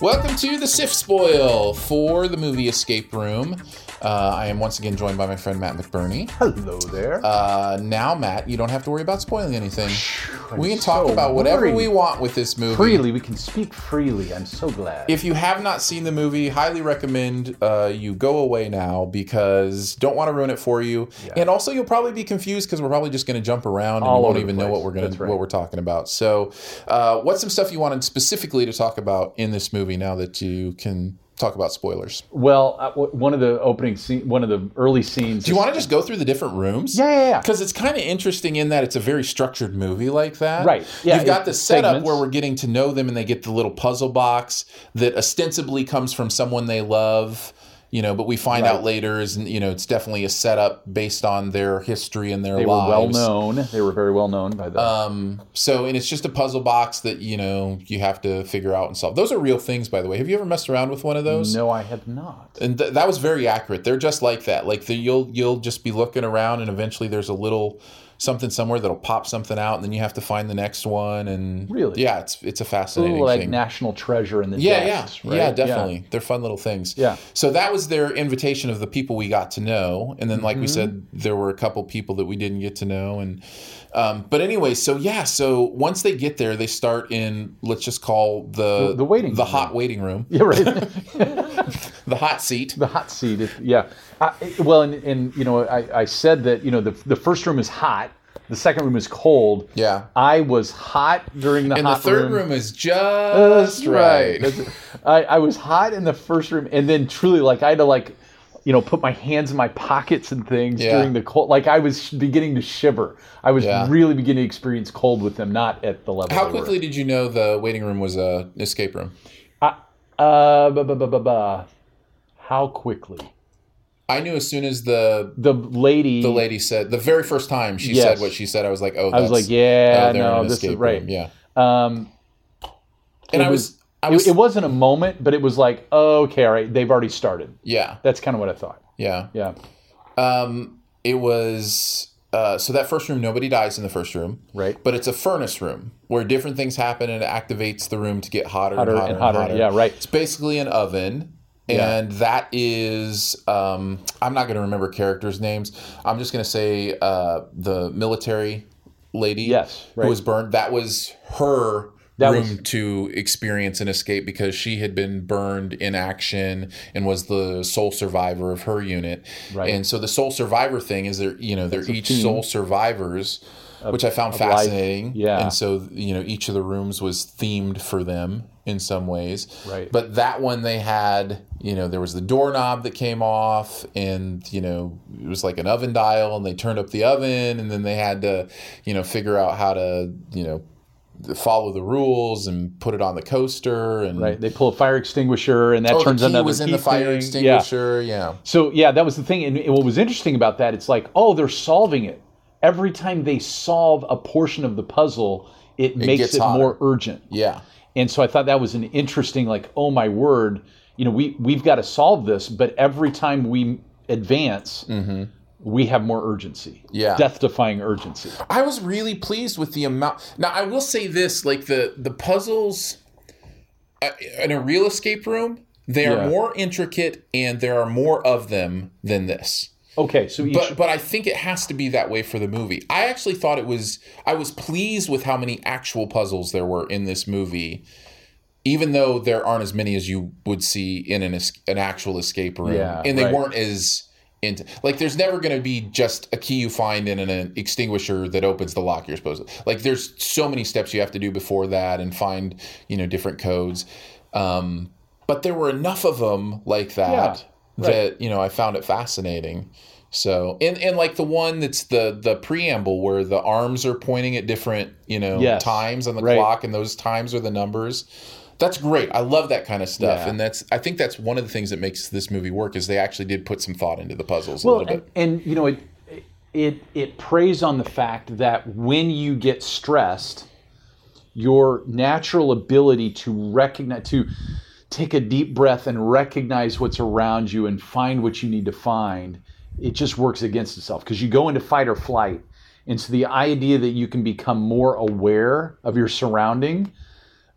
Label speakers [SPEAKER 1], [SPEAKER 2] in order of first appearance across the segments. [SPEAKER 1] Welcome to the Sif Spoil for the movie Escape Room. Uh, I am once again joined by my friend Matt McBurney.
[SPEAKER 2] Hello there.
[SPEAKER 1] Uh, now, Matt, you don't have to worry about spoiling anything.
[SPEAKER 2] I'm
[SPEAKER 1] we can talk
[SPEAKER 2] so
[SPEAKER 1] about whatever
[SPEAKER 2] worried.
[SPEAKER 1] we want with this movie.
[SPEAKER 2] freely, we can speak freely. I'm so glad.
[SPEAKER 1] If you have not seen the movie, highly recommend uh, you go away now because don't want to ruin it for you. And also, you'll probably be confused because we're probably just going to jump around and
[SPEAKER 2] All
[SPEAKER 1] you won't
[SPEAKER 2] over the
[SPEAKER 1] even know
[SPEAKER 2] place.
[SPEAKER 1] what we're going
[SPEAKER 2] That's
[SPEAKER 1] to
[SPEAKER 2] right.
[SPEAKER 1] what we're talking about. So, uh, what's some stuff you wanted specifically to talk about in this movie now that you can talk about spoilers?
[SPEAKER 2] well, uh, w- one of the opening scene, one of the early scenes.
[SPEAKER 1] Do you want to just go through the different rooms?
[SPEAKER 2] Yeah, yeah, yeah.
[SPEAKER 1] Because it's kind of interesting in that it's a very structured movie like that.
[SPEAKER 2] Right. Yeah,
[SPEAKER 1] You've got
[SPEAKER 2] it-
[SPEAKER 1] the setup
[SPEAKER 2] segments.
[SPEAKER 1] where we're getting to know them and they get the little puzzle box that ostensibly comes from someone they love, you know, but we find out later is, you know, it's definitely a setup based on their history and their
[SPEAKER 2] They were well
[SPEAKER 1] lives.
[SPEAKER 2] known. They were very well known by the.
[SPEAKER 1] Um, so, and it's just a puzzle box that, you know, you have to figure out and solve. Those are real things, by the way. Have you ever messed around with one of those?
[SPEAKER 2] no, I have not.
[SPEAKER 1] and th- that was very accurate. They're just like that. Like the, you'll you'll just be looking around, and eventually there's a little something somewhere that'll pop something out, and then you have to find the next one. And
[SPEAKER 2] Really?
[SPEAKER 1] yeah, it's it's a fascinating
[SPEAKER 2] Ooh, like
[SPEAKER 1] thing.
[SPEAKER 2] national treasure in the
[SPEAKER 1] yeah, yeah,
[SPEAKER 2] dust, right?
[SPEAKER 1] yeah, definitely. They're fun little things.
[SPEAKER 2] Yeah.
[SPEAKER 1] So that was their invitation of the people we got to know, and then like
[SPEAKER 2] Mm-hmm.
[SPEAKER 1] we said, there were a couple people that we didn't get to know, and um, but anyway, so yeah, so once they get there, they start in let's just call the
[SPEAKER 2] The- the waiting
[SPEAKER 1] the
[SPEAKER 2] room.
[SPEAKER 1] hot waiting room,
[SPEAKER 2] Yeah, right.
[SPEAKER 1] the hot seat.
[SPEAKER 2] the hot seat. If, yeah. I, it- well, and, and you know, I, I said that you know the the first room is hot, the second room is cold.
[SPEAKER 1] Yeah.
[SPEAKER 2] I was hot during the
[SPEAKER 1] And the
[SPEAKER 2] hot
[SPEAKER 1] third room is just right.
[SPEAKER 2] That's- I, I was hot in the first room, and then truly, like I had to like, you know, put my hands in my pockets and things
[SPEAKER 1] Yeah.
[SPEAKER 2] during the cold. Like I was sh- beginning to shiver. I was
[SPEAKER 1] Yeah.
[SPEAKER 2] really beginning to experience cold with them, not at the level.
[SPEAKER 1] How
[SPEAKER 2] they were
[SPEAKER 1] quickly did you know the waiting room was a escape room?
[SPEAKER 2] at. I- Uh, ba ba ba ba ba. How quickly
[SPEAKER 1] I knew as soon as the
[SPEAKER 2] the lady.
[SPEAKER 1] the lady said the very first time she
[SPEAKER 2] Yes.
[SPEAKER 1] said what she said, I was like, oh, that's,
[SPEAKER 2] I was like, yeah,
[SPEAKER 1] oh, they're in
[SPEAKER 2] no,
[SPEAKER 1] an
[SPEAKER 2] this is
[SPEAKER 1] escape
[SPEAKER 2] right.
[SPEAKER 1] room. Yeah,
[SPEAKER 2] Um,
[SPEAKER 1] and
[SPEAKER 2] It
[SPEAKER 1] I was,
[SPEAKER 2] was-
[SPEAKER 1] I
[SPEAKER 2] it-
[SPEAKER 1] was,
[SPEAKER 2] it, wasn't a moment, but it was like, oh, okay, all right, they've already started.
[SPEAKER 1] yeah,
[SPEAKER 2] That's kind of what I thought.
[SPEAKER 1] yeah.
[SPEAKER 2] Yeah.
[SPEAKER 1] Um, it was. Uh, so that first room, nobody dies in the first room,
[SPEAKER 2] Right.
[SPEAKER 1] But it's a furnace room where different things happen and it activates the room to get hotter,
[SPEAKER 2] Hotter
[SPEAKER 1] and, hotter
[SPEAKER 2] and hotter. Yeah, right.
[SPEAKER 1] It's basically an oven,
[SPEAKER 2] Yeah.
[SPEAKER 1] and that is um, I'm not going to remember characters' names. I'm just going to say uh, the military lady,
[SPEAKER 2] Yes,
[SPEAKER 1] who
[SPEAKER 2] right.
[SPEAKER 1] was burned. That was her.
[SPEAKER 2] That
[SPEAKER 1] room
[SPEAKER 2] was-
[SPEAKER 1] to experience and escape because she had been burned in action and was the sole survivor of her unit.
[SPEAKER 2] Right.
[SPEAKER 1] And so the sole survivor thing is they're you know they're each
[SPEAKER 2] theme.
[SPEAKER 1] sole survivors, which I found
[SPEAKER 2] life.
[SPEAKER 1] fascinating.
[SPEAKER 2] Yeah.
[SPEAKER 1] And so you know each of the rooms was themed for them in some ways.
[SPEAKER 2] Right.
[SPEAKER 1] But that one they had you know there was the doorknob that came off and you know it was like an oven dial and they turned up the oven and then they had to you know figure out how to you know follow the rules and put it on the coaster and
[SPEAKER 2] Right. They pull a fire extinguisher, and that
[SPEAKER 1] Oh, the
[SPEAKER 2] turns
[SPEAKER 1] key
[SPEAKER 2] another
[SPEAKER 1] was in the
[SPEAKER 2] key
[SPEAKER 1] fire
[SPEAKER 2] thing.
[SPEAKER 1] extinguisher. yeah.
[SPEAKER 2] So yeah, that was the thing. And what was interesting about that, it's like, oh, they're solving it. every time they solve a portion of the puzzle, it, makes
[SPEAKER 1] gets
[SPEAKER 2] it
[SPEAKER 1] hotter.
[SPEAKER 2] more urgent.
[SPEAKER 1] Yeah.
[SPEAKER 2] And so I thought that was an interesting, like, oh my word, you know, we we've got to solve this, but every time we advance, we have more urgency.
[SPEAKER 1] Mm-hmm. Yeah.
[SPEAKER 2] Death-defying urgency.
[SPEAKER 1] I was really pleased with the amount. Now I will say this: like the the puzzles uh, in a real escape room, they
[SPEAKER 2] Yeah.
[SPEAKER 1] are more intricate and there are more of them than this.
[SPEAKER 2] Okay, so each,
[SPEAKER 1] But but I think it has to be that way for the movie. I actually thought it was. I was pleased with how many actual puzzles there were in this movie. Even though there aren't as many as you would see in an, es- an actual escape room,
[SPEAKER 2] Yeah,
[SPEAKER 1] and they
[SPEAKER 2] right.
[SPEAKER 1] weren't as into like there's never going to be just a key you find and an, an extinguisher that opens the lock you're supposed to like there's so many steps you have to do before that and find you know different codes um, but there were enough of them like that
[SPEAKER 2] right.
[SPEAKER 1] that you know i found it fascinating so and and like the one that's the the preamble where the arms are pointing at different you know
[SPEAKER 2] Yes.
[SPEAKER 1] times on the
[SPEAKER 2] Right.
[SPEAKER 1] clock and those times are the numbers that's great i love that kind of stuff
[SPEAKER 2] Yeah.
[SPEAKER 1] and that's i think that's one of the things that makes this movie work is they actually did put some thought into the puzzles a little
[SPEAKER 2] and,
[SPEAKER 1] bit
[SPEAKER 2] and, you know it it it preys on the fact that when you get stressed your natural ability to recognize to take a deep breath and recognize what's around you and find what you need to find it just works against itself because you go into fight or flight and so the idea that you can become more aware of your surrounding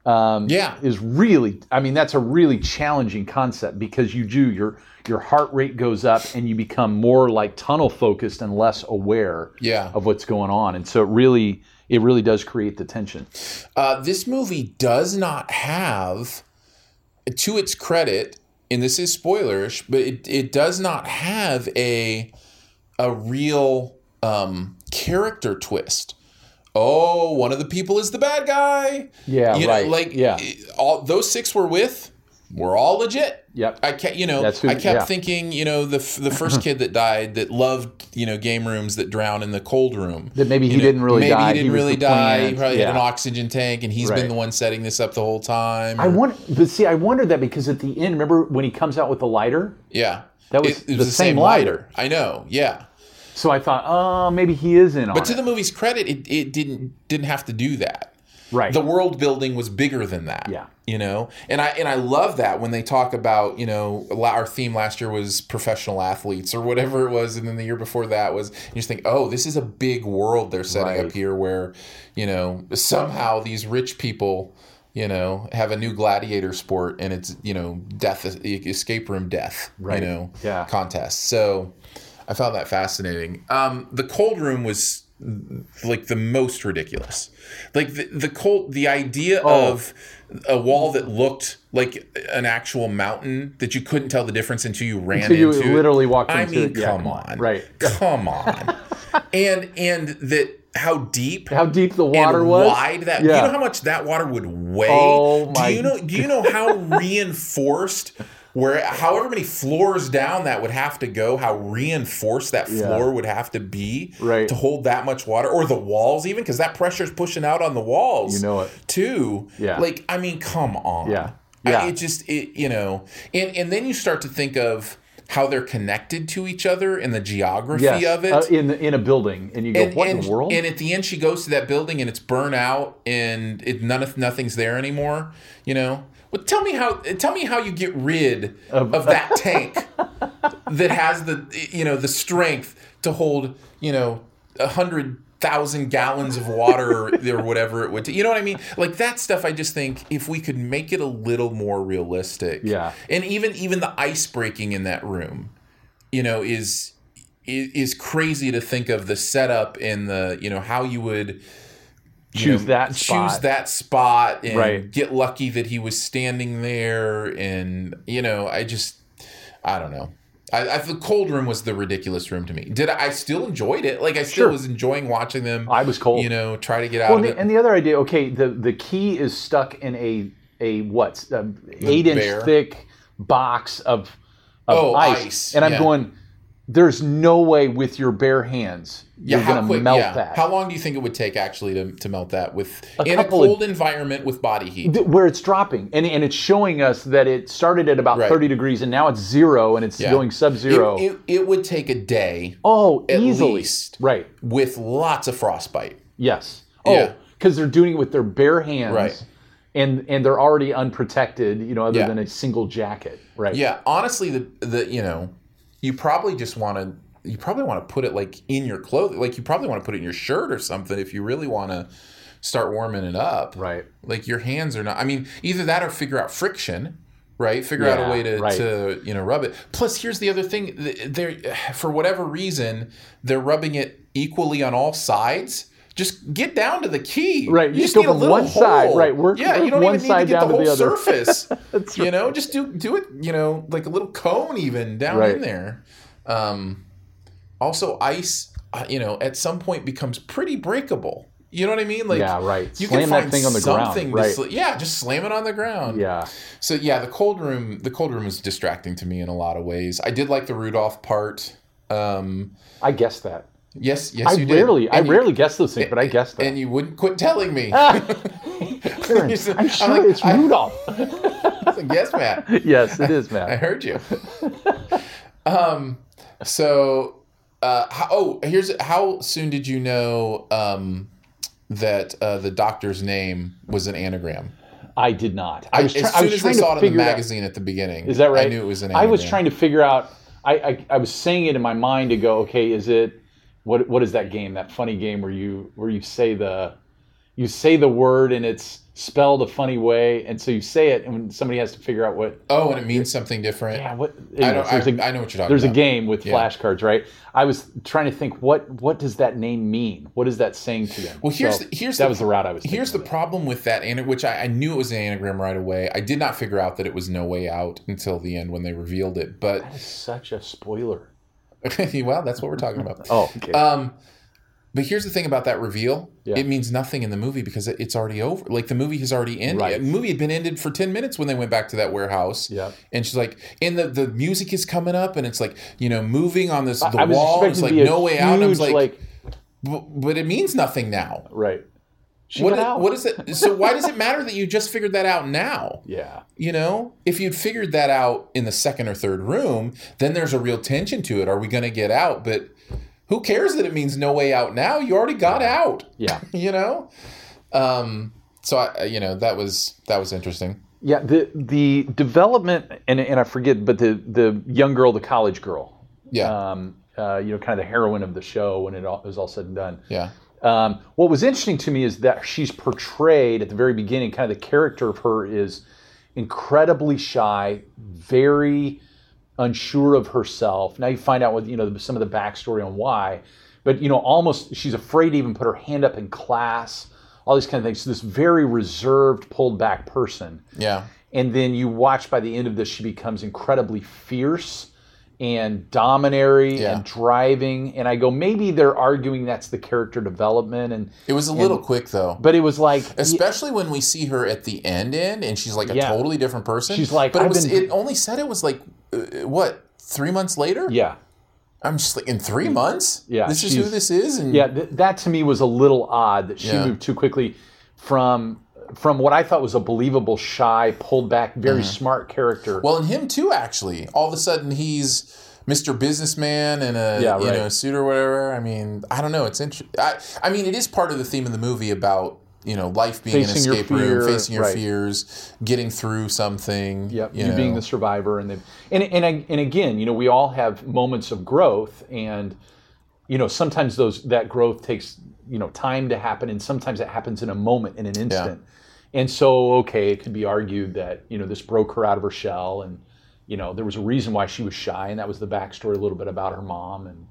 [SPEAKER 1] yeah
[SPEAKER 2] is really i mean that's a really challenging concept because you do your your heart rate goes up and you become more like tunnel focused and less aware
[SPEAKER 1] Yeah.
[SPEAKER 2] of what's going on and so it really it really does create the tension
[SPEAKER 1] Uh, this movie does not have, to its credit, and this is spoilerish, but it, it does not have a a real um, character twist. Oh, one of the people is the bad guy.
[SPEAKER 2] Yeah,
[SPEAKER 1] you
[SPEAKER 2] right.
[SPEAKER 1] Know, like
[SPEAKER 2] Yeah.
[SPEAKER 1] all those six we're with were all legit.
[SPEAKER 2] Yep.
[SPEAKER 1] I kept, you know,
[SPEAKER 2] That's who-
[SPEAKER 1] I kept
[SPEAKER 2] yeah.
[SPEAKER 1] thinking, you know, the f- the first kid that died that loved, you know, game rooms that drown in the cold room
[SPEAKER 2] that maybe he
[SPEAKER 1] you know,
[SPEAKER 2] didn't really
[SPEAKER 1] maybe
[SPEAKER 2] die
[SPEAKER 1] he didn't
[SPEAKER 2] was
[SPEAKER 1] really
[SPEAKER 2] the
[SPEAKER 1] die. He
[SPEAKER 2] plant.
[SPEAKER 1] probably had an
[SPEAKER 2] Yeah.
[SPEAKER 1] oxygen tank, and he's
[SPEAKER 2] Right.
[SPEAKER 1] been the one setting this up the whole time.
[SPEAKER 2] i want but see i wonder that because at the end remember when he comes out with the lighter
[SPEAKER 1] yeah,
[SPEAKER 2] That was the same lighter.
[SPEAKER 1] I know. Yeah,
[SPEAKER 2] so i thought oh maybe he is in on
[SPEAKER 1] but to
[SPEAKER 2] it.
[SPEAKER 1] the movie's credit, it, it didn't didn't have to do that.
[SPEAKER 2] right
[SPEAKER 1] The world building was bigger than that.
[SPEAKER 2] Yeah.
[SPEAKER 1] you know, and I and I love that when they talk about you know la- our theme last year was professional athletes or whatever it was, and then the year before that was you just think, oh, this is a big world they're setting
[SPEAKER 2] Right.
[SPEAKER 1] up here where you know somehow these rich people you know have a new gladiator sport and it's you know death e, escape room death
[SPEAKER 2] Right.
[SPEAKER 1] you know
[SPEAKER 2] Yeah.
[SPEAKER 1] contest. So I found that fascinating. Um, the cold room was like the most ridiculous. Like the, the cold, the idea
[SPEAKER 2] Oh.
[SPEAKER 1] of a wall that looked like an actual mountain that you couldn't tell the difference until you ran
[SPEAKER 2] Until you
[SPEAKER 1] into. it.
[SPEAKER 2] literally walked
[SPEAKER 1] I
[SPEAKER 2] into
[SPEAKER 1] mean,
[SPEAKER 2] it. Yeah,
[SPEAKER 1] come
[SPEAKER 2] come on.
[SPEAKER 1] on,
[SPEAKER 2] Right.
[SPEAKER 1] Come on, and and that how deep
[SPEAKER 2] how deep the
[SPEAKER 1] and
[SPEAKER 2] water was
[SPEAKER 1] wide that you
[SPEAKER 2] Yeah.
[SPEAKER 1] know how much that water would weigh
[SPEAKER 2] Oh my
[SPEAKER 1] do you know do you know how reinforced where however many floors down that would have to go how reinforced that
[SPEAKER 2] Yeah.
[SPEAKER 1] floor would have to be
[SPEAKER 2] Right.
[SPEAKER 1] to hold that much water or the walls even because that pressure's pushing out on the walls
[SPEAKER 2] You know it.
[SPEAKER 1] too
[SPEAKER 2] Yeah.
[SPEAKER 1] like i mean come on
[SPEAKER 2] Yeah.
[SPEAKER 1] I-
[SPEAKER 2] Yeah.
[SPEAKER 1] it just it you know and and then you start to think of how they're connected to each other and the geography
[SPEAKER 2] yes,
[SPEAKER 1] of it
[SPEAKER 2] uh, in the, in a building and you go what in the world
[SPEAKER 1] and at the end, she goes to that building and it's burnt out and it none of nothing's there anymore. You know, well, tell me how tell me how you get rid of, that tank that has the you know the strength to hold you know a hundred thousand gallons of water or, or whatever it would. T- you know what I mean? Like that stuff. I just think if we could make it a little more realistic.
[SPEAKER 2] Yeah.
[SPEAKER 1] And even even the ice breaking in that room, you know, is is, is crazy to think of the setup and the you know how you would you
[SPEAKER 2] Choose
[SPEAKER 1] know,
[SPEAKER 2] that
[SPEAKER 1] choose
[SPEAKER 2] spot.
[SPEAKER 1] that spot and
[SPEAKER 2] Right.
[SPEAKER 1] get lucky that he was standing there and you know I just I don't know. I, I the cold room was the ridiculous room to me. Did I, I still enjoyed it? Like I still
[SPEAKER 2] Sure.
[SPEAKER 1] was enjoying watching them.
[SPEAKER 2] I was cold.
[SPEAKER 1] You know, try to get out
[SPEAKER 2] Well,
[SPEAKER 1] of
[SPEAKER 2] and
[SPEAKER 1] it.
[SPEAKER 2] the, and the other idea, okay, the the key is stuck in a a what um, eight inch
[SPEAKER 1] bear.
[SPEAKER 2] thick box of of
[SPEAKER 1] Oh,
[SPEAKER 2] ice.
[SPEAKER 1] ice,
[SPEAKER 2] and I'm
[SPEAKER 1] yeah.
[SPEAKER 2] going, there's no way with your bare hands
[SPEAKER 1] Yeah,
[SPEAKER 2] you're
[SPEAKER 1] how
[SPEAKER 2] going to
[SPEAKER 1] quick?
[SPEAKER 2] melt
[SPEAKER 1] yeah.
[SPEAKER 2] that.
[SPEAKER 1] How long do you think it would take actually to, to melt that with
[SPEAKER 2] A
[SPEAKER 1] in a
[SPEAKER 2] couple of-
[SPEAKER 1] cold environment with body heat?
[SPEAKER 2] Th- where it's dropping and, and it's showing us that it started at about
[SPEAKER 1] Right.
[SPEAKER 2] 30 degrees and now it's zero and it's
[SPEAKER 1] Yeah.
[SPEAKER 2] going sub-zero
[SPEAKER 1] It, it, it would take a day
[SPEAKER 2] oh
[SPEAKER 1] at
[SPEAKER 2] easily
[SPEAKER 1] least.
[SPEAKER 2] right
[SPEAKER 1] with lots of frostbite.
[SPEAKER 2] yes
[SPEAKER 1] Yeah.
[SPEAKER 2] oh because they're doing it with their bare hands
[SPEAKER 1] Right.
[SPEAKER 2] and and they're already unprotected you know other
[SPEAKER 1] Yeah.
[SPEAKER 2] than a single jacket right
[SPEAKER 1] Yeah, honestly, the the you know, you probably just want to you probably want to put it like in your clothing, like you probably want to put it in your shirt or something if you really want to start warming it up.
[SPEAKER 2] right
[SPEAKER 1] Like your hands are not. I mean, either that or figure out friction. Right, figure out
[SPEAKER 2] Yeah,
[SPEAKER 1] a way to,
[SPEAKER 2] right.
[SPEAKER 1] to you know rub it. Plus, here's the other thing: th- they're for whatever reason they're rubbing it equally on all sides. Just get down to the key.
[SPEAKER 2] Right, you
[SPEAKER 1] you
[SPEAKER 2] just
[SPEAKER 1] just
[SPEAKER 2] go
[SPEAKER 1] need a
[SPEAKER 2] from
[SPEAKER 1] little
[SPEAKER 2] one side,
[SPEAKER 1] hole.
[SPEAKER 2] right, work-
[SPEAKER 1] yeah,
[SPEAKER 2] work
[SPEAKER 1] you don't
[SPEAKER 2] one
[SPEAKER 1] even need
[SPEAKER 2] side
[SPEAKER 1] to get
[SPEAKER 2] down
[SPEAKER 1] the
[SPEAKER 2] to
[SPEAKER 1] whole
[SPEAKER 2] the other.
[SPEAKER 1] surface. You know, just do do it. You know, like a little cone even down
[SPEAKER 2] Right.
[SPEAKER 1] in there. Um, also, ice. uh, You know, at some point becomes pretty breakable. You know what I mean? Like,
[SPEAKER 2] Yeah, right.
[SPEAKER 1] You
[SPEAKER 2] Slam
[SPEAKER 1] can
[SPEAKER 2] that
[SPEAKER 1] find
[SPEAKER 2] thing on the ground,
[SPEAKER 1] something to
[SPEAKER 2] right.
[SPEAKER 1] sl- yeah, just slam it on the ground.
[SPEAKER 2] yeah
[SPEAKER 1] So yeah, the cold room. The cold room is distracting to me in a lot of ways. I did like the Rudolph part. Um,
[SPEAKER 2] i guess that
[SPEAKER 1] yes, yes,
[SPEAKER 2] i
[SPEAKER 1] you
[SPEAKER 2] rarely
[SPEAKER 1] did.
[SPEAKER 2] i
[SPEAKER 1] And you-
[SPEAKER 2] rarely guess those things but i guess that
[SPEAKER 1] and you wouldn't quit telling me.
[SPEAKER 2] Karen, i'm sure
[SPEAKER 1] like,
[SPEAKER 2] it's
[SPEAKER 1] I-
[SPEAKER 2] rudolph
[SPEAKER 1] yes, Matt.
[SPEAKER 2] yes it is
[SPEAKER 1] I
[SPEAKER 2] matt
[SPEAKER 1] heard you. um, so, uh, how, oh, here's how soon did you know um, that uh, the doctor's name was an anagram?
[SPEAKER 2] i did not
[SPEAKER 1] I,
[SPEAKER 2] i was, try-
[SPEAKER 1] as
[SPEAKER 2] I
[SPEAKER 1] soon
[SPEAKER 2] was
[SPEAKER 1] as
[SPEAKER 2] trying
[SPEAKER 1] I
[SPEAKER 2] to
[SPEAKER 1] saw it in the
[SPEAKER 2] figure it out
[SPEAKER 1] magazine at the beginning,
[SPEAKER 2] Is that right?
[SPEAKER 1] I knew it was an
[SPEAKER 2] I
[SPEAKER 1] anagram.
[SPEAKER 2] was trying to figure out. I, I I was saying it in my mind to go. Okay, is it what what is that game? That funny game where you where you say the you say the word and it's spelled a funny way, and so you say it, and somebody has to figure out what.
[SPEAKER 1] Oh, and it means something different.
[SPEAKER 2] Yeah, what?
[SPEAKER 1] I,
[SPEAKER 2] anyways,
[SPEAKER 1] don't,
[SPEAKER 2] there's a-
[SPEAKER 1] I, I know what you're talking
[SPEAKER 2] there's a
[SPEAKER 1] about.
[SPEAKER 2] game with
[SPEAKER 1] Yeah.
[SPEAKER 2] flashcards, right? I was trying to think what what does that name mean? What is that saying to them?
[SPEAKER 1] Well, here's
[SPEAKER 2] So
[SPEAKER 1] the- here's
[SPEAKER 2] that
[SPEAKER 1] the-
[SPEAKER 2] was the route I was. thinking
[SPEAKER 1] Here's the
[SPEAKER 2] of.
[SPEAKER 1] problem with that, and which I, I knew it was an anagram right away. I did not figure out that it was no way out until the end when they revealed it. But
[SPEAKER 2] That is such a spoiler.
[SPEAKER 1] well, that's what we're talking about.
[SPEAKER 2] Oh, okay.
[SPEAKER 1] Um, but here's the thing about that reveal:
[SPEAKER 2] Yeah.
[SPEAKER 1] it means nothing in the movie because it, it's already over. Like the movie has already ended.
[SPEAKER 2] Right.
[SPEAKER 1] The movie had been ended for ten minutes when they went back to that warehouse.
[SPEAKER 2] Yeah.
[SPEAKER 1] And she's like, and the, the music is coming up, and it's like you know moving on this the
[SPEAKER 2] I was
[SPEAKER 1] wall. It's
[SPEAKER 2] expecting
[SPEAKER 1] like
[SPEAKER 2] to be a
[SPEAKER 1] no way out. And I was
[SPEAKER 2] huge,
[SPEAKER 1] like, "Bu- but it means nothing now.
[SPEAKER 2] right. She
[SPEAKER 1] What
[SPEAKER 2] got
[SPEAKER 1] i-
[SPEAKER 2] out.
[SPEAKER 1] what is it? So why does it matter that you just figured that out now?
[SPEAKER 2] Yeah.
[SPEAKER 1] You know, if you'd figured that out in the second or third room, then there's a real tension to it. Are we going to get out? But who cares that it means no way out now? You already got out.
[SPEAKER 2] Yeah.
[SPEAKER 1] You know, um, so I, you know, that was that was interesting.
[SPEAKER 2] Yeah, the the development and and I forget, but the the young girl, the college girl,
[SPEAKER 1] Yeah,
[SPEAKER 2] um, uh, you know, kind of the heroine of the show when it all, was all said and done.
[SPEAKER 1] yeah,
[SPEAKER 2] Um, what was interesting to me is that she's portrayed at the very beginning. Kind of the character of her is incredibly shy, very unsure of herself. Now you find out with you know some of the backstory on why, but you know almost she's afraid to even put her hand up in class. All these kind of things. So this very reserved, pulled back person
[SPEAKER 1] yeah,
[SPEAKER 2] and then you watch by the end of this she becomes incredibly fierce and domineering
[SPEAKER 1] Yeah.
[SPEAKER 2] and driving and i go maybe they're arguing that's the character development and
[SPEAKER 1] it was a little quick though.
[SPEAKER 2] but it was like
[SPEAKER 1] Especially when we see her at the end, end, and she's like a
[SPEAKER 2] Yeah.
[SPEAKER 1] totally different person.
[SPEAKER 2] She's like,
[SPEAKER 1] but
[SPEAKER 2] "I've
[SPEAKER 1] it was.
[SPEAKER 2] been-
[SPEAKER 1] It only said it was like, uh, what, three months later?
[SPEAKER 2] yeah
[SPEAKER 1] I'm just like, in three months?
[SPEAKER 2] Yeah,
[SPEAKER 1] This is who
[SPEAKER 2] she's-
[SPEAKER 1] this is? And
[SPEAKER 2] yeah th- that to me was a little odd that she
[SPEAKER 1] Yeah.
[SPEAKER 2] moved too quickly from from what i thought was a believable shy pulled back very smart character
[SPEAKER 1] Well, and him too, actually. All of a sudden, he's Mr. Businessman in a
[SPEAKER 2] Yeah,
[SPEAKER 1] you
[SPEAKER 2] right.
[SPEAKER 1] know suit or whatever. I mean, I don't know. It's interesting. I, I mean, it is part of the theme of the movie about you know life being
[SPEAKER 2] Facing
[SPEAKER 1] an
[SPEAKER 2] your
[SPEAKER 1] escape
[SPEAKER 2] fear,
[SPEAKER 1] room, facing your
[SPEAKER 2] right.
[SPEAKER 1] fears, getting through something.
[SPEAKER 2] Yep, you,
[SPEAKER 1] You, know.
[SPEAKER 2] being the survivor, and they, and and I- and again, you know, we all have moments of growth, and you know, sometimes those that growth takes you know time to happen, and sometimes it happens in a moment, in an instant. And so, okay, it could be argued that you know this broke her out of her shell, and you know there was a reason why she was shy, and that was the backstory a little bit about her mom, and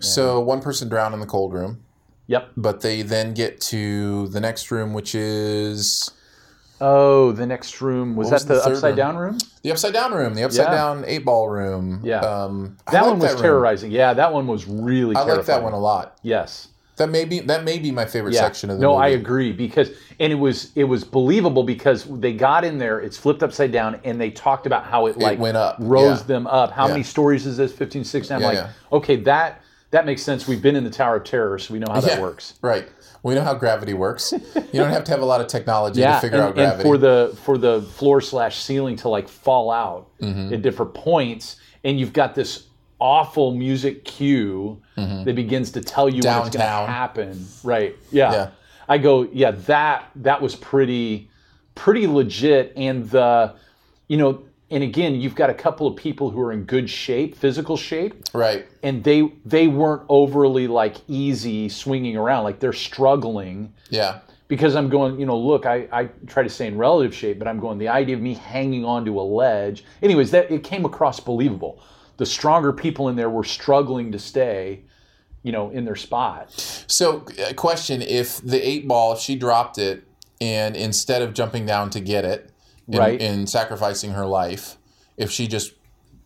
[SPEAKER 1] So one person drowned in the cold room,
[SPEAKER 2] yep.
[SPEAKER 1] but they then get to the next room, which is
[SPEAKER 2] Oh, the next room was
[SPEAKER 1] What was
[SPEAKER 2] that
[SPEAKER 1] the
[SPEAKER 2] the,
[SPEAKER 1] third
[SPEAKER 2] upside
[SPEAKER 1] room?
[SPEAKER 2] down room?
[SPEAKER 1] the upside down room, the upside
[SPEAKER 2] Yeah.
[SPEAKER 1] down eight ball room.
[SPEAKER 2] Yeah.
[SPEAKER 1] Um, I
[SPEAKER 2] That
[SPEAKER 1] like
[SPEAKER 2] one was
[SPEAKER 1] room.
[SPEAKER 2] terrorizing. Yeah, that one was really.
[SPEAKER 1] I
[SPEAKER 2] terrifying.
[SPEAKER 1] like that one a lot.
[SPEAKER 2] Yes.
[SPEAKER 1] That may be that may be my favorite section of the
[SPEAKER 2] no,
[SPEAKER 1] movie.
[SPEAKER 2] I agree because and it was it was believable because they got in there, it's flipped upside down, and they talked about how it, like
[SPEAKER 1] went up,
[SPEAKER 2] rose
[SPEAKER 1] yeah.
[SPEAKER 2] them up. How
[SPEAKER 1] Yeah.
[SPEAKER 2] many stories is this? 15, 16? I'm
[SPEAKER 1] Yeah,
[SPEAKER 2] like,
[SPEAKER 1] yeah.
[SPEAKER 2] okay, that that makes sense. We've been in the Tower of Terror, so we know how that
[SPEAKER 1] Yeah,
[SPEAKER 2] works.
[SPEAKER 1] Right. We know how gravity works. you don't have to have a lot of technology to figure
[SPEAKER 2] and,
[SPEAKER 1] out gravity.
[SPEAKER 2] and for the for the floor slash ceiling to like fall out
[SPEAKER 1] Mm-hmm.
[SPEAKER 2] at different points, and you've got this awful music cue that begins to tell you when it's going
[SPEAKER 1] Mm-hmm. Downtown.
[SPEAKER 2] to happen. Right? Yeah.
[SPEAKER 1] Yeah.
[SPEAKER 2] I go, yeah, that that was pretty pretty legit, and the you know, and again, you've got a couple of people who are in good shape, physical shape,
[SPEAKER 1] right.
[SPEAKER 2] and they they weren't overly like easy swinging around, like they're struggling
[SPEAKER 1] Yeah.
[SPEAKER 2] because I'm going, you know, look, I, I try to stay in relative shape, but I'm going, the idea of me hanging onto a ledge. Anyways, that it came across believable. The stronger people in there were struggling to stay, you know, in their spot.
[SPEAKER 1] So, uh, question: If the eight ball, if she dropped it, and instead of jumping down to get it, and,
[SPEAKER 2] Right.
[SPEAKER 1] and sacrificing her life, if she just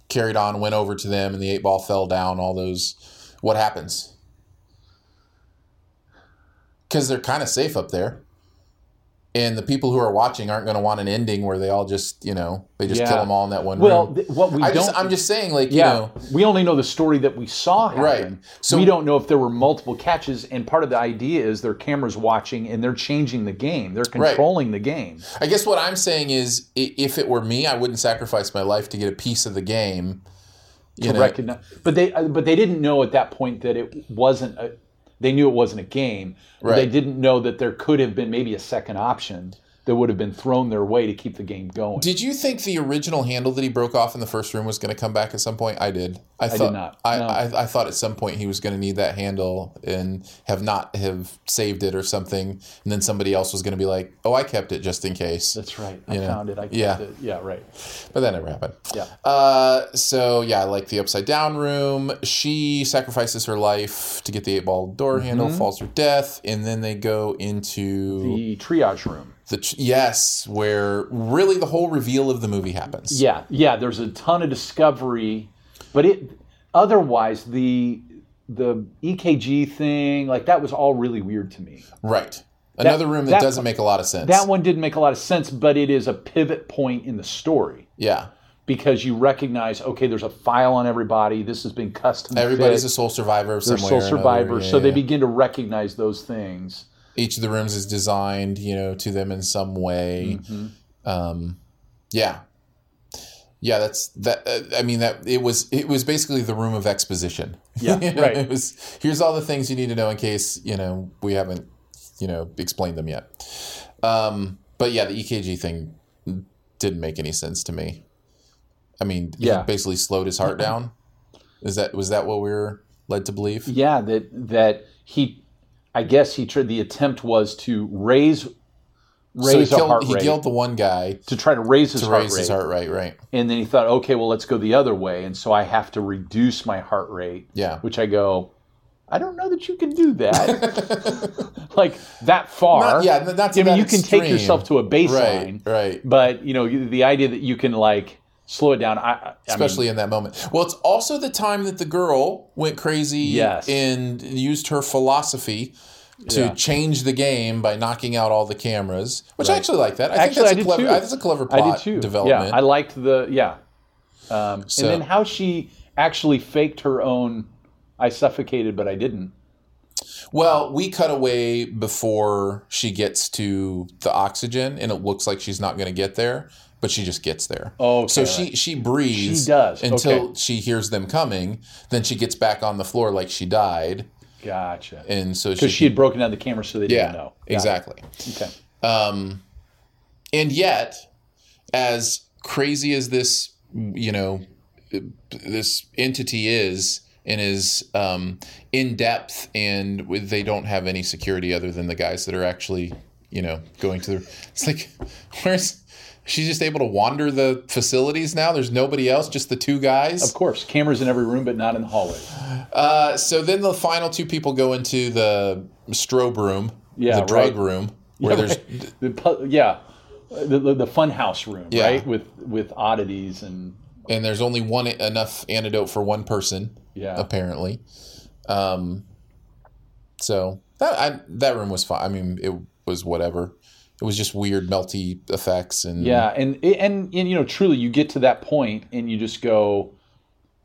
[SPEAKER 1] carried on, went over to them, and the eight ball fell down, all those, what happens? Because they're kind of safe up there, and the people who are watching aren't going to want an ending where they all just, you know, they just kill
[SPEAKER 2] Yeah.
[SPEAKER 1] them all in that one
[SPEAKER 2] Well,
[SPEAKER 1] room.
[SPEAKER 2] th- what we
[SPEAKER 1] Mm-hmm. I
[SPEAKER 2] don't
[SPEAKER 1] just, I'm just saying, like,
[SPEAKER 2] yeah,
[SPEAKER 1] you know,
[SPEAKER 2] we only know the story that we saw happen.
[SPEAKER 1] Right. So-
[SPEAKER 2] So we don't know if there were multiple catches, and part of the idea is their cameras watching and they're changing the game. They're controlling the game.
[SPEAKER 1] I guess what I'm saying is, i- if it were me, I wouldn't sacrifice my life to get a piece of the game. You
[SPEAKER 2] to
[SPEAKER 1] know,
[SPEAKER 2] recognize. But they uh, but they didn't know at that point that it wasn't a. They knew it wasn't a game. but They
[SPEAKER 1] Right.
[SPEAKER 2] didn't know that there could have been maybe a second option that would have been thrown their way to keep the game going.
[SPEAKER 1] did you think the original handle that he broke off in the first room was going to come back at some point? I did. I, thought,
[SPEAKER 2] not.
[SPEAKER 1] I,
[SPEAKER 2] No.
[SPEAKER 1] I, I thought at some point he was going to need that handle and have not have saved it or something, and then somebody else was going to be like, "Oh, I kept it just in case,"
[SPEAKER 2] That's right. I
[SPEAKER 1] know,
[SPEAKER 2] found it. I kept
[SPEAKER 1] yeah.
[SPEAKER 2] it. Yeah. Right.
[SPEAKER 1] but that never happened.
[SPEAKER 2] Yeah.
[SPEAKER 1] Uh, so yeah, I like the upside down room. She sacrifices her life to get the eight ball door
[SPEAKER 2] Mm-hmm.
[SPEAKER 1] handle, falls to her death, and then they go into
[SPEAKER 2] The triage room.
[SPEAKER 1] The ch- yes, where really the whole reveal of the movie happens.
[SPEAKER 2] Yeah. Yeah. There's a ton of discovery, but it otherwise the the EKG thing like that was all really weird to me.
[SPEAKER 1] Right. Another room that,
[SPEAKER 2] that-
[SPEAKER 1] doesn't make a lot of sense.
[SPEAKER 2] That one didn't make a lot of sense, but it is a pivot point in the story.
[SPEAKER 1] yeah.
[SPEAKER 2] because you recognize, okay, there's a file on everybody. This has been custom.
[SPEAKER 1] Everybody's a
[SPEAKER 2] fit.
[SPEAKER 1] sole survivor of
[SPEAKER 2] they're
[SPEAKER 1] some way
[SPEAKER 2] sole
[SPEAKER 1] or another.
[SPEAKER 2] survivors,
[SPEAKER 1] Yeah,
[SPEAKER 2] so they
[SPEAKER 1] yeah.
[SPEAKER 2] begin to recognize those things.
[SPEAKER 1] each of the rooms is designed, you know, to them in some
[SPEAKER 2] Mm-hmm.
[SPEAKER 1] way. Um, yeah. Yeah, that's that. Uh, I mean, that it was it was basically the room of exposition.
[SPEAKER 2] Yeah,
[SPEAKER 1] You know,
[SPEAKER 2] right.
[SPEAKER 1] It was here's all the things you need to know in case you know we haven't you know explained them yet. Um, but yeah, the EKG thing didn't make any sense to me. I mean,
[SPEAKER 2] Yeah.
[SPEAKER 1] he basically slowed his heart down. Is that was that what we were led to believe?
[SPEAKER 2] Yeah, that that he, I guess he tried. The attempt was to raise
[SPEAKER 1] so he
[SPEAKER 2] raise a
[SPEAKER 1] killed,
[SPEAKER 2] heart
[SPEAKER 1] he
[SPEAKER 2] rate
[SPEAKER 1] killed the one guy
[SPEAKER 2] to try to raise his
[SPEAKER 1] to
[SPEAKER 2] heart
[SPEAKER 1] raise
[SPEAKER 2] rate,
[SPEAKER 1] his heart rate, right?
[SPEAKER 2] and then he thought, okay, well, let's go the other way, and so I have to reduce my heart rate.
[SPEAKER 1] Yeah.
[SPEAKER 2] which I go. I don't know that you can do that, like that far.
[SPEAKER 1] Not- yeah, not to
[SPEAKER 2] I mean,
[SPEAKER 1] that
[SPEAKER 2] you can
[SPEAKER 1] extreme.
[SPEAKER 2] take yourself to a baseline,
[SPEAKER 1] Right, right.
[SPEAKER 2] but you know you- the idea that you can like slow it down I- I, I
[SPEAKER 1] Especially in that moment. Well, it's also the time that the girl went crazy
[SPEAKER 2] Yes.
[SPEAKER 1] and used her philosophy to
[SPEAKER 2] Yeah.
[SPEAKER 1] change the game by knocking out all the cameras, which I
[SPEAKER 2] Right.
[SPEAKER 1] actually like that. I
[SPEAKER 2] Actually, I
[SPEAKER 1] think that's
[SPEAKER 2] did
[SPEAKER 1] a clever.
[SPEAKER 2] too.
[SPEAKER 1] I think that's a clever
[SPEAKER 2] mean,
[SPEAKER 1] plot
[SPEAKER 2] i did too
[SPEAKER 1] development.
[SPEAKER 2] yeah i liked the yeah um,
[SPEAKER 1] So-
[SPEAKER 2] and then how she actually faked her own i suffocated but i didn't
[SPEAKER 1] well, we cut away before she gets to the oxygen, and it looks like she's not going to get there, but she just gets there.
[SPEAKER 2] Oh,
[SPEAKER 1] so
[SPEAKER 2] okay,
[SPEAKER 1] she she breathes.
[SPEAKER 2] She does,
[SPEAKER 1] until
[SPEAKER 2] okay.
[SPEAKER 1] she hears them coming. Then she gets back on the floor like she died,
[SPEAKER 2] gotcha
[SPEAKER 1] and so she
[SPEAKER 2] because she had broken down the camera so they
[SPEAKER 1] yeah
[SPEAKER 2] didn't know Got it.
[SPEAKER 1] exactly.
[SPEAKER 2] okay
[SPEAKER 1] Um, and yet, as crazy as this, you know, this entity is and is um, in depth, and with, they don't have any security other than the guys that are actually, you know, going to the. It's like, where's. She's just able to wander the facilities now. There's nobody else, just the two guys.
[SPEAKER 2] of course cameras in every room but not in the hallway
[SPEAKER 1] Uh, so then the final two people go into the strobe room,
[SPEAKER 2] Yeah,
[SPEAKER 1] the drug
[SPEAKER 2] right.
[SPEAKER 1] room, where there's
[SPEAKER 2] the, pu- yeah the, the, the fun house room
[SPEAKER 1] Yeah.
[SPEAKER 2] right with with oddities and
[SPEAKER 1] and there's only one enough antidote for one person
[SPEAKER 2] yeah
[SPEAKER 1] apparently um so That I, that room was fine. I mean, it was whatever. It was just weird, melty effects and
[SPEAKER 2] Yeah, and, and and you know, truly, you get to that point, and you just go,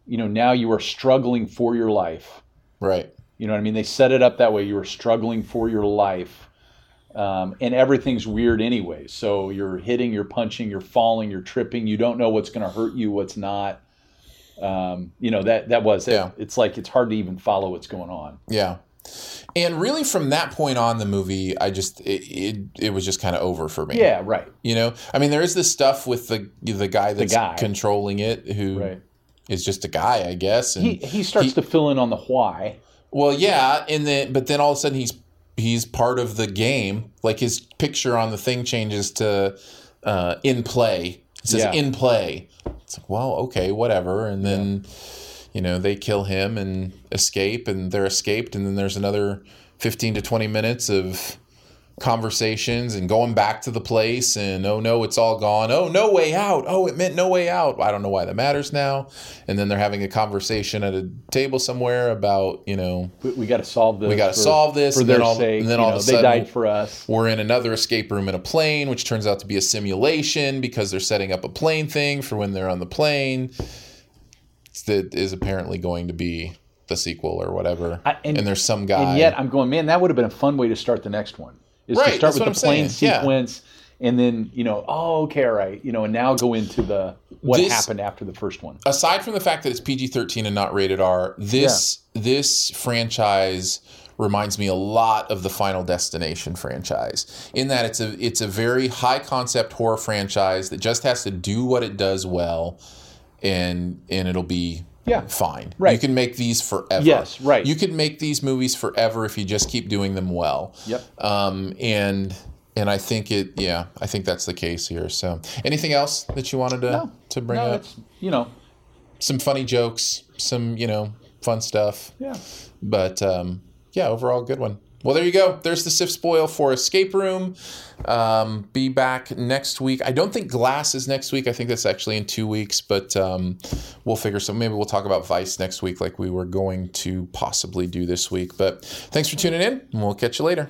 [SPEAKER 2] you know, now you are struggling for your life.
[SPEAKER 1] right.
[SPEAKER 2] You know what I mean? They set it up that way. You are struggling for your life, um, and everything's weird anyway. So you're hitting, you're punching, you're falling, you're tripping. You don't know what's going to hurt you, what's not. Um, you know that that was it.
[SPEAKER 1] Yeah.
[SPEAKER 2] It's like it's hard to even follow what's going on.
[SPEAKER 1] Yeah. And really, from that point on, the movie, I just it it, it was just kind of over for me.
[SPEAKER 2] Yeah, right,
[SPEAKER 1] You know, I mean, there is this stuff with the the guy that's
[SPEAKER 2] guy.
[SPEAKER 1] controlling it, who is
[SPEAKER 2] right.
[SPEAKER 1] just a guy, I guess. And
[SPEAKER 2] He he starts to fill in on the why.
[SPEAKER 1] well, yeah, and then but then all of a sudden he's he's part of the game. Like his picture on the thing changes to uh, in play. It says
[SPEAKER 2] Yeah.
[SPEAKER 1] in play. It's like, well, okay, whatever. And then you know they kill him and escape, and they're escaped, and then there's another fifteen to twenty minutes of conversations and going back to the place and oh no it's all gone oh no way out oh it meant no way out i don't know why that matters now and then they're having a conversation at a table somewhere about you know
[SPEAKER 2] We, we got to solve this.
[SPEAKER 1] We gotta
[SPEAKER 2] for-
[SPEAKER 1] solve this,
[SPEAKER 2] for
[SPEAKER 1] and
[SPEAKER 2] their
[SPEAKER 1] then all-
[SPEAKER 2] sake.
[SPEAKER 1] and then
[SPEAKER 2] you
[SPEAKER 1] all
[SPEAKER 2] know,
[SPEAKER 1] of a
[SPEAKER 2] they
[SPEAKER 1] sudden-
[SPEAKER 2] died for us.
[SPEAKER 1] we're in another escape room in a plane which turns out to be a simulation because they're setting up a plane thing for when they're on the plane It's- that is apparently going to be the sequel or whatever
[SPEAKER 2] I-
[SPEAKER 1] and,
[SPEAKER 2] and-
[SPEAKER 1] there's some guy
[SPEAKER 2] and yet I'm going, man, that would have been a fun way to start the next one. Is
[SPEAKER 1] Right,
[SPEAKER 2] to start
[SPEAKER 1] that's
[SPEAKER 2] with
[SPEAKER 1] what
[SPEAKER 2] the
[SPEAKER 1] I'm
[SPEAKER 2] plane
[SPEAKER 1] saying, yeah.
[SPEAKER 2] sequence and then, you know, oh, okay, all right, you know, and now go into the what
[SPEAKER 1] This-
[SPEAKER 2] happened after the first one.
[SPEAKER 1] aside from the fact that it's PG thirteen and not rated R, this this franchise reminds me a lot of the Final Destination franchise in that it's a it's a very high concept horror franchise that just has to do what it does well, and and it'll be
[SPEAKER 2] Yeah.
[SPEAKER 1] fine.
[SPEAKER 2] Right.
[SPEAKER 1] You can make these forever.
[SPEAKER 2] Yes, right.
[SPEAKER 1] You could make these movies forever if you just keep doing them well.
[SPEAKER 2] Yep.
[SPEAKER 1] Um, and and I think it yeah, I think that's the case here. So anything else that you wanted to,
[SPEAKER 2] No.
[SPEAKER 1] to bring
[SPEAKER 2] no,
[SPEAKER 1] up?
[SPEAKER 2] it's, you know,
[SPEAKER 1] some funny jokes, some you know fun stuff.
[SPEAKER 2] yeah.
[SPEAKER 1] But um, yeah, overall good one. Well, there you go. There's the SIF spoil for Escape Room. Um, be back next week. I don't think Glass is next week. I think that's actually in two weeks, but um, we'll figure some. Maybe we'll talk about Vice next week, like we were going to possibly do this week. But thanks for tuning in, and we'll catch you later.